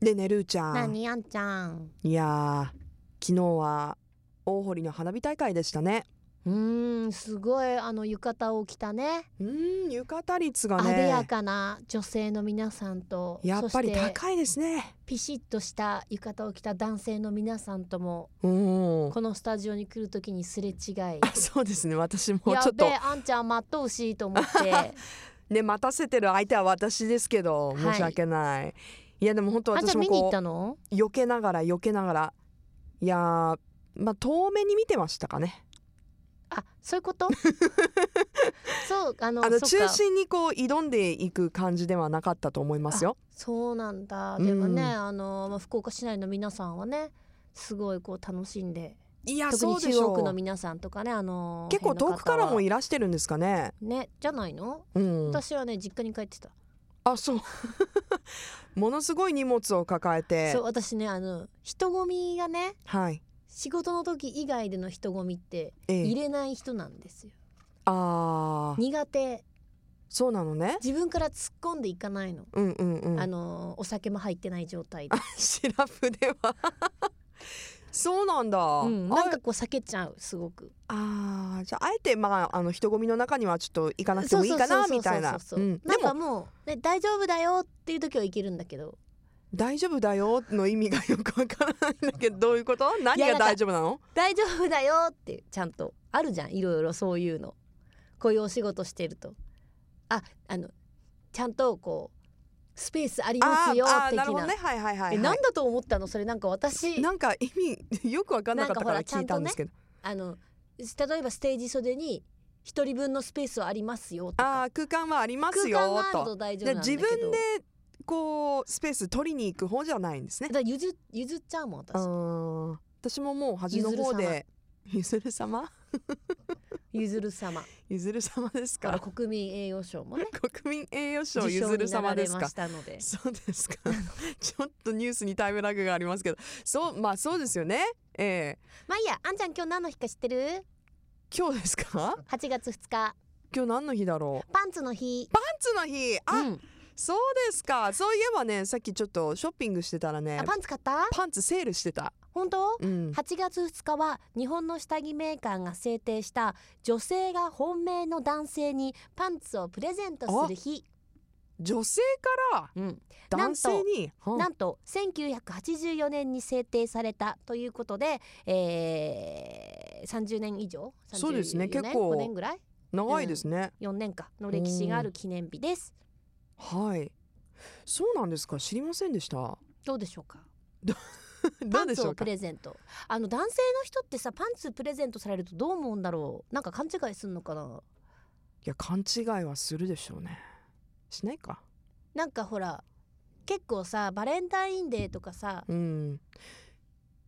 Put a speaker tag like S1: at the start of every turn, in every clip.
S1: でねるーちゃ
S2: なんにあんちゃん
S1: いやー昨日は大堀の花火大会でしたね
S2: うーんすごいあの浴衣を着たね
S1: うーん浴衣率が
S2: 艶や
S1: ね
S2: かな女性の皆さんと
S1: やっぱり
S2: そして
S1: 高いですね
S2: ピシッとした浴衣を着た男性の皆さんとも
S1: うん
S2: このスタジオに来るときにすれ違い
S1: そうですね私 もちょ
S2: や
S1: っ
S2: べ
S1: と
S2: えあんちゃん待っとうしいと 思って
S1: ね待たせてる相手は私ですけど
S2: はい
S1: 申し訳ない、い、やでも本当
S2: あんちゃ
S1: 私
S2: ん
S1: も
S2: 見に行
S1: こ
S2: ったの
S1: う避けながら避けながらいやーまあ遠目に見てましたかね
S2: あそういうこと そうあの
S1: あの
S2: そっ
S1: 中
S2: か
S1: 心にこう挑んでいく感じではなかったと思いますよ
S2: そうなんだでもね、
S1: うん
S2: あのまあ福岡市内の皆さんはねすごいこう楽しんで
S1: いや
S2: 特
S1: そ
S2: に
S1: うで
S2: 中
S1: し
S2: 央区の
S1: ょう
S2: 皆さんとかねあの
S1: 結構遠くからも
S2: い
S1: いらしてるんですかね
S2: ねじゃないの、
S1: うん
S2: 私はね実家に帰ってた、
S1: あそう ものすごい荷物を抱えて
S2: そう私ねあの人混みがね
S1: はい
S2: 仕事の時以外での人混みって
S1: え
S2: 入
S1: え
S2: れない人なんですよ、
S1: あー
S2: 苦手
S1: そうなのね
S2: 自分から突っ込んでいかないの、
S1: うんうんうん
S2: あのお酒も入ってない状態で、
S1: シラフでは そうなんだ、
S2: うん、
S1: あ
S2: なんかこう避けちゃうすごく
S1: あーじゃああえてまああの人混みの中にはちょっと行かなくてもいいかなみたいな
S2: そうそうそうそううそうんな
S1: で
S2: んか
S1: も
S2: もう、ね、大丈夫だよっていう時はいけるんだけど
S1: 「大丈夫だよ」の意味がよくわからないんだけどどういうこと何
S2: いや
S1: が
S2: なんか
S1: 大丈夫なの
S2: 大丈夫だよってちゃんとあるじゃんいろいろそういうのこういうお仕事してるとああのちゃんとこうスペースありま
S1: あ
S2: す
S1: ー
S2: よ
S1: あー
S2: 的
S1: な
S2: な
S1: るほどねはいはいはい、
S2: え
S1: は
S2: なん
S1: い、
S2: だと思ったのそれなんか私
S1: なんか意味 よくわかんなかったから
S2: なんかほら
S1: 聞いたんですけど、
S2: あの例えばステージ袖に一人分のスペースはありますよと
S1: あ
S2: か
S1: あ空間はあります
S2: 空
S1: よ
S2: 間がある
S1: と
S2: と大丈夫
S1: で
S2: なんだけ
S1: 自
S2: ど
S1: 分でこうスペース取りに行く方じゃないんですね
S2: だから譲譲っちゃうもん
S1: う
S2: 私
S1: ん私ももう端の方でゆずる様
S2: 譲る様
S1: ゆずる様です
S2: から
S1: か
S2: 国民栄誉賞もね
S1: 国民栄誉賞
S2: 受
S1: ゆ
S2: 賞
S1: ず
S2: に
S1: る
S2: な
S1: 様
S2: ら
S1: で
S2: れ
S1: す
S2: ま
S1: か
S2: したので
S1: そうですか ちょっとニュースにタイムラグがありますけどそうまあそうですよねええ
S2: まあいいやあんちゃん今日何の日か知ってる
S1: 今日ですか
S2: 8月2日
S1: 今日何の日だろう
S2: パンツの日
S1: パンツの日あ、
S2: うん
S1: そうですかそういえばねさっきちょっとショッピングしてたらね
S2: あパンツ買った
S1: パンツセールしてた
S2: 本当
S1: うん
S2: 8月2日は日本の下着メーカーが制定した女性が本命の男性にパンツをプレゼントする日、
S1: 女性から
S2: うん、
S1: 男性にうん
S2: なんと1984年に制定されたということで、えー、30年以上34
S1: そうですね
S2: 年
S1: 結構
S2: 5年ぐらい
S1: 長いですね、
S2: 4年かの歴史がある記念日です
S1: はいそうなんですか知りませんでした
S2: どうでしょうか
S1: ど
S2: パ
S1: う
S2: ン
S1: でし
S2: ツ
S1: ょ
S2: を
S1: う
S2: プ
S1: か
S2: レゼントあの男性の人ってさパンツプレゼントされるとどう思うんだろうなんか勘違いするのかない
S1: や勘違いはするでしょうねしないか
S2: なんかほら結構さバレンタインデーとかさ
S1: うん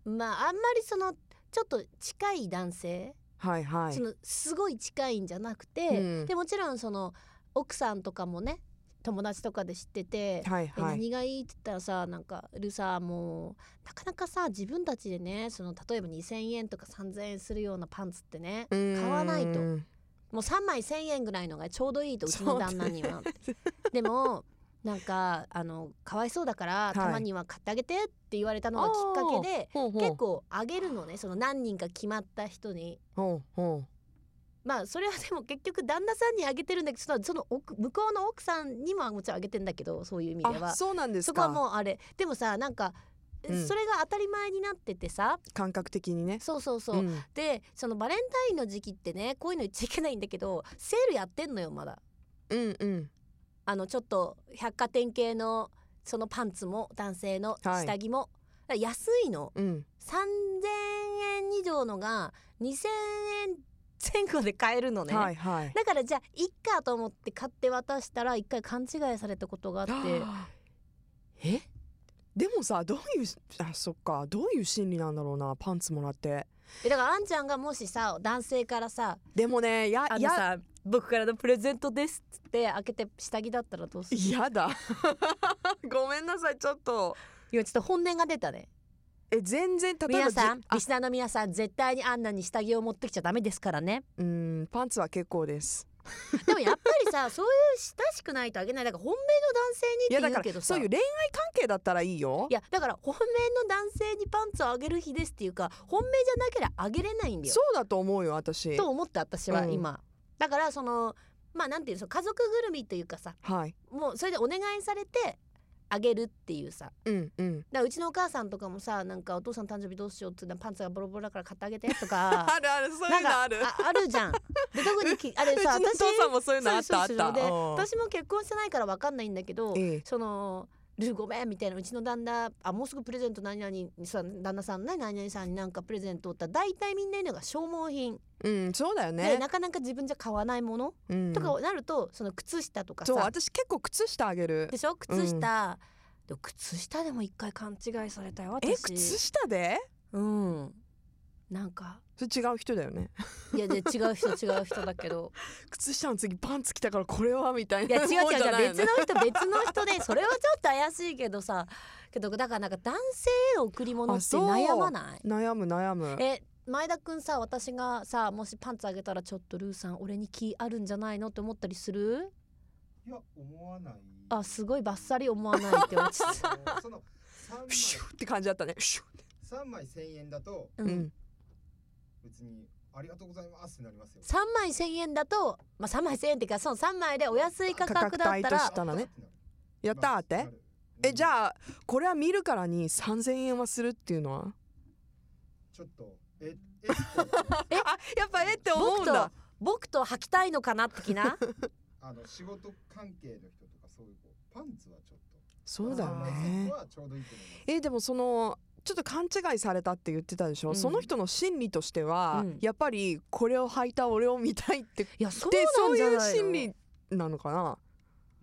S2: まああんまりそのちょっと近い男性、
S1: はいはい
S2: そのすごい近いんじゃなくて、
S1: うん
S2: でもちろんその奥さんとかもね友達とかで知ってて、
S1: はいは
S2: え
S1: い
S2: 何がいいって言ったらさなんかルさもうなかなかさ自分たちでねその例えば2,000円とか3,000円するようなパンツってね買わないと
S1: うーん
S2: もう3枚1,000円ぐらいのがちょうどいいとうちの旦那には
S1: そう
S2: でもなんかあのかわいそうだから、
S1: い
S2: たまには買ってあげてって言われたのがきっかけで
S1: ほうほう
S2: 結構あげるのねその何人か決まった人に
S1: ほうほ
S2: まあそれはでも結局旦那さんにあげてるんだけどそのその奥向こうの奥さんにももちろんあげてんだけどそういう意味
S1: う
S2: で
S1: あ
S2: はそ
S1: そうなんです
S2: こは
S1: か
S2: もうあれでもさなんか、
S1: うん
S2: それが当たり前になっててさ
S1: 感覚的にね
S2: そうそうそう、
S1: うん
S2: でそのバレンタインの時期ってねこういうの言っちゃいけないんだけどセールやってんのよまだ。
S1: うんうん
S2: あのちょっと百貨店系のそのパンツも男性の
S1: はい
S2: 下着も、安いの
S1: うん
S2: 3000円以上のが2000円前後で買えるのね、
S1: はいはい
S2: だからじゃあいっかと思って買って渡したら一回勘違いされたことがあって
S1: えでもさどういうあそっかどういう心理なんだろうなパンツもらって
S2: えだからあんちゃんがもしさ男性からさ
S1: でもねや
S2: 「あの
S1: や
S2: さ僕からのプレゼントです」っつって開けて下着だったらどうする
S1: やだ ごめんなさいちょっと
S2: 今ちょっと本音が出たね
S1: え全然例えば
S2: 皆さん
S1: じあ
S2: リスナーの皆さん絶対にあんなに下着を持ってきちゃダメですからね
S1: うんパンツは結構です
S2: でもやっぱ りさそういう親しくないとあげないだから本命の男性
S1: い
S2: にっ
S1: や
S2: て
S1: だ
S2: 言
S1: か
S2: うけど
S1: ら
S2: さ
S1: そういう恋愛関係だったらいいよ
S2: いやだから本命の男性にパンツをあげる日ですっていうか本命じゃなければあげれないんだよ
S1: そうだと思うよ私
S2: と思った私は
S1: うん
S2: 今、だからそのまあなんていうのその家族ぐるみというかさ
S1: はい
S2: もうそれでお願いされてあげるっていうさだか
S1: うんうん
S2: らうちのお母さんとかもさなんかお父さん誕生日どうしようって言ってパンツがボロボロだから買ってあげてとか
S1: あるある そう
S2: ないん
S1: う
S2: か
S1: のある
S2: あるじゃんで特にきあれ
S1: うち
S2: さ
S1: のお
S2: 私
S1: 父さんもそういうのあったあっ
S2: そう
S1: た
S2: そうそうで
S1: うん
S2: 私も結婚してないからわかんないんだけど
S1: ええ
S2: そのルーごめんみたいなうちの旦那あもうすぐプレゼント何々にさ旦那さんね何々さんになんかプレゼントって大体みんな言うのが消耗品、
S1: うんそうだよ
S2: で
S1: ね
S2: なかなか自分じゃ買わないもの、
S1: うん
S2: とかなるとその靴下とか
S1: そう
S2: さ
S1: 私結構靴下あげる
S2: でしょ靴下、でも靴下でも一回勘違いされたよ私
S1: え靴下で
S2: うんなんか
S1: それ違う人だよね
S2: いやで違う人違う人だけ ど
S1: 靴下の次パンツ着たからこれはみたい
S2: いや
S1: な
S2: 違う違う
S1: もんじゃない
S2: 違
S1: よ
S2: う別
S1: ね
S2: の人別の人でそれはちょっと怪しいけどさけどだからなんか男性への贈り物って
S1: あそう
S2: 悩まない
S1: 悩む悩む
S2: え前田くんさ私がさもしパンツあげたらちょっとルーさん俺に気あるんじゃないのって思ったりする
S3: いや思わない
S2: あすごいバッサリ思わないって落ち着
S3: あのその3枚
S1: シューって感じだったねシュ
S3: 三枚千円だと
S1: ー
S2: う
S1: うんん
S3: 別にありがとうございますってなりますよ
S2: 3枚1000円だと、まあ、3枚1000円っていうかその3枚でお安い価格だっ
S1: 価
S2: た
S1: 格帯と
S2: ら
S1: したらね
S3: やったー
S1: やったーってえじ
S3: あ
S1: ゃあこれは見るからに3,000円はするっていうのは
S3: ちょっとええっと
S1: えあやっぱえって思う
S2: 僕
S1: ん
S2: と
S1: だ
S2: 僕と履きたいのかな 的な
S3: あの仕事関係の人とかそういうこうパンツはちょっと
S1: そうだよ
S3: 三枚
S1: ね
S3: セットはちょうどいいと思います
S1: えでもそのちょっと勘違いされたって言ってたでしょ、
S2: うん
S1: その人の心理としては、
S2: うん
S1: やっぱりこれを履いた俺を見たいって
S2: いやそう
S1: で
S2: な
S1: そ
S2: ん
S1: う
S2: じゃ
S1: い
S2: ないうの
S1: 心理なのかな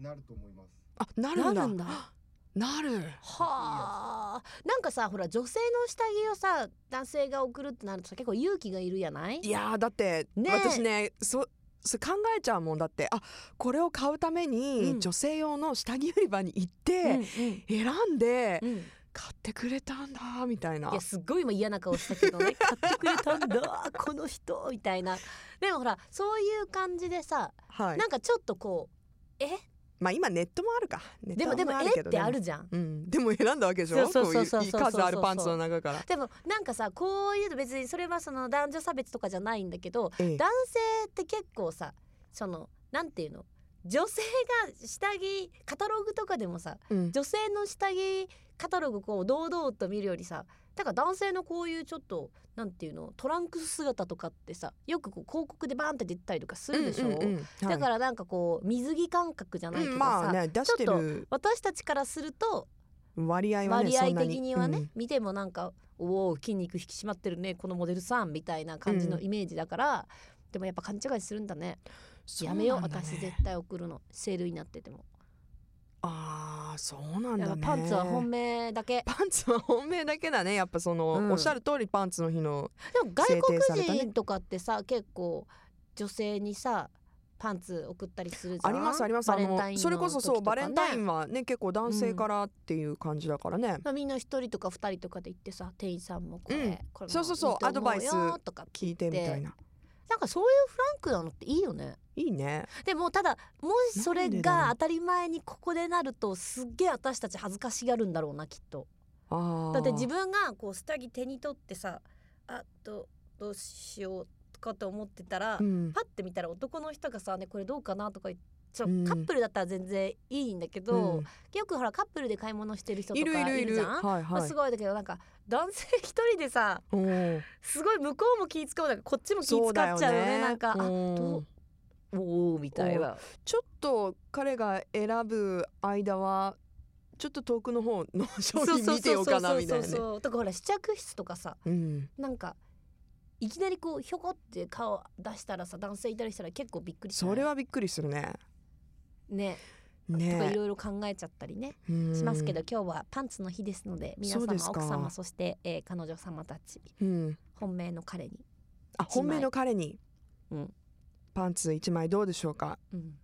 S3: なると思います
S1: あなるん
S2: な
S1: だ
S2: るんだ
S1: なる
S2: はあなんかさほら女性の下着をさ男性が送るってなるとさ結構勇気がいるやない
S1: いやーだって、
S2: ねえ
S1: 私ねそそ考えちゃうもんだってあこれを買うために、
S2: うん
S1: 女性用の下着売り場に行って、
S2: うん
S1: 選んで
S2: うんうん、い
S1: 買ってくれたんだみたいな
S2: やすっごい今嫌な顔した けどね買ってくれたんだこの人みたいなでもほらそういう感じでさ、
S1: はい
S2: なんかちょっとこうえ
S1: まあ今ネットもあるかネ
S2: でも
S1: ッ
S2: で
S1: ト
S2: も
S1: る
S2: え
S1: け
S2: っ
S1: ど
S2: て
S1: ね
S2: あるじゃん
S1: うん、でも選んだわけでしょ
S2: そう
S1: こ
S2: そうう
S1: い
S2: そううそ
S1: い
S2: う
S1: い数あるパンツの中から、
S2: でもなんかさこういうの別にそれはその男女差別とかじゃないんだけど
S1: ええ
S2: 男性って結構さそのなんていうの女性が下着カタログとかでもさ
S1: うん
S2: 女性の下着カタログこう堂々と見るよりさだから男性のこういうちょっとなんていうのトランクス姿とかってさよくこう広告でバーンって出てたりとかするでしょ、
S1: うんうんうんはい
S2: だからなんかこう水着感覚じゃない
S1: う
S2: けど
S1: ん
S2: さ、
S1: まあね出してる
S2: 私たちからすると
S1: 割合はね
S2: 割
S1: そ
S2: 合
S1: んな
S2: 的にはね、
S1: うん
S2: 見てもなんかおお筋肉引き締まってるねこのモデルさんみたいな感じの
S1: うん
S2: イメージだから、でもやっぱ勘違いするんだね
S1: そう
S2: や
S1: なんだね
S2: めよう私絶対送るのセールになってても
S1: ああそうなん
S2: だ
S1: だ
S2: か
S1: ね
S2: らパンツは本命だけ
S1: パンツは本命だけだねやっぱその、
S2: うん
S1: おっしゃる通りパンツの日の
S2: でも外
S1: 制定
S2: 国
S1: された
S2: 人
S1: ね
S2: とかってさ、結構女性にさパンツ送ったりするじゃ
S1: あ
S2: ん
S1: りますあります
S2: バ
S1: あ
S2: レン
S1: の
S2: タインの時とかね
S1: それこそそうバレンタインはね結構男性からっていう感じだからね、
S2: まあみんな一人とか二人とかで行ってさ店員さんもこれ、
S1: うん
S2: これも
S1: そうそうそう
S2: いいと思
S1: アドバイス
S2: よとか
S1: 聞いてみたいな
S2: なんかそういうフランクなのっていいよね
S1: いいね
S2: でもただもしそれ
S1: なんでだろ
S2: が
S1: う
S2: 当たり前にここでなるとすっげえ私たち恥ずかしがるんだろうなきっと
S1: あー
S2: だって自分がこう下着手に取ってさあどどうしようとかと思ってたら、
S1: うん
S2: パッて見たら男の人がさ、ね、これどうかなとか言って。ちょ
S1: うん
S2: カップルだったら全然いいんだけど、
S1: うん
S2: よくほらカップルで買い物してる人と
S1: いるい
S2: か
S1: る
S2: い
S1: い
S2: るじ
S1: る
S2: ゃ
S1: は
S2: ん、
S1: い
S2: まあ
S1: はい
S2: すごいだけどなんか男性一人でさ
S1: おー
S2: すごい向こうも気使うんだけどこっちも気使
S1: そうだ
S2: っ
S1: よ
S2: ちゃうよねなんかあ
S1: うん
S2: どうおおみたいな
S1: ちょっと彼が選ぶ間はちょっと遠くの方の商品見てようかなみたいなね。
S2: とかほら試着室とかさ
S1: うん、
S2: なんかいきなりこうひょこって顔出したらさ男性いたりしたら結構びっくりしない
S1: それはびっくりするね。
S2: ねとかい
S1: ね、
S2: ろいろ考えちゃったりね
S1: うん
S2: しますけど、、今日はパンツの日ですので皆
S1: そう
S2: 様
S1: ですか
S2: 奥様そして、えー彼女様たち
S1: うん、
S2: 本命の彼に、
S1: あ本命の彼に、
S2: うん
S1: パンツ一枚どうでしょうか。
S2: うん、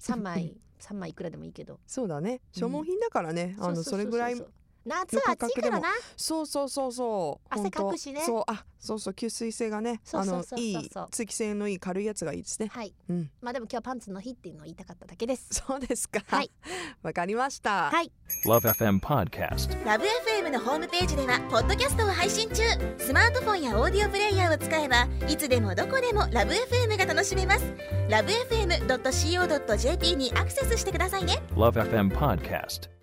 S2: 3枚三枚いくらでもいいけど
S1: そうだね、消耗品だからね、あのそれぐらい
S2: そうそうそう夏は暑いからな
S1: そうそうそうそう
S2: 汗
S1: ほんと
S2: かくしね
S1: そうあそうそう吸水性がね
S2: そう
S1: あ
S2: そう
S1: の
S2: そうそう
S1: いい通気性のいい軽いやつがいいですね
S2: はい
S1: うん
S2: まあでも今日はパンツの日っていうのを言いたかっただけです
S1: そうですか
S2: はい
S1: わかりました
S2: はい
S4: Love FM Podcast.
S5: ラブ f m のホームページではポッドキャストを配信中スマートフォンやオーディオプレイヤーを使えばいつでもどこでもラブ f m が楽しめますラブ FM.co.jp にアクセスしてくださいね
S4: Love FM Podcast.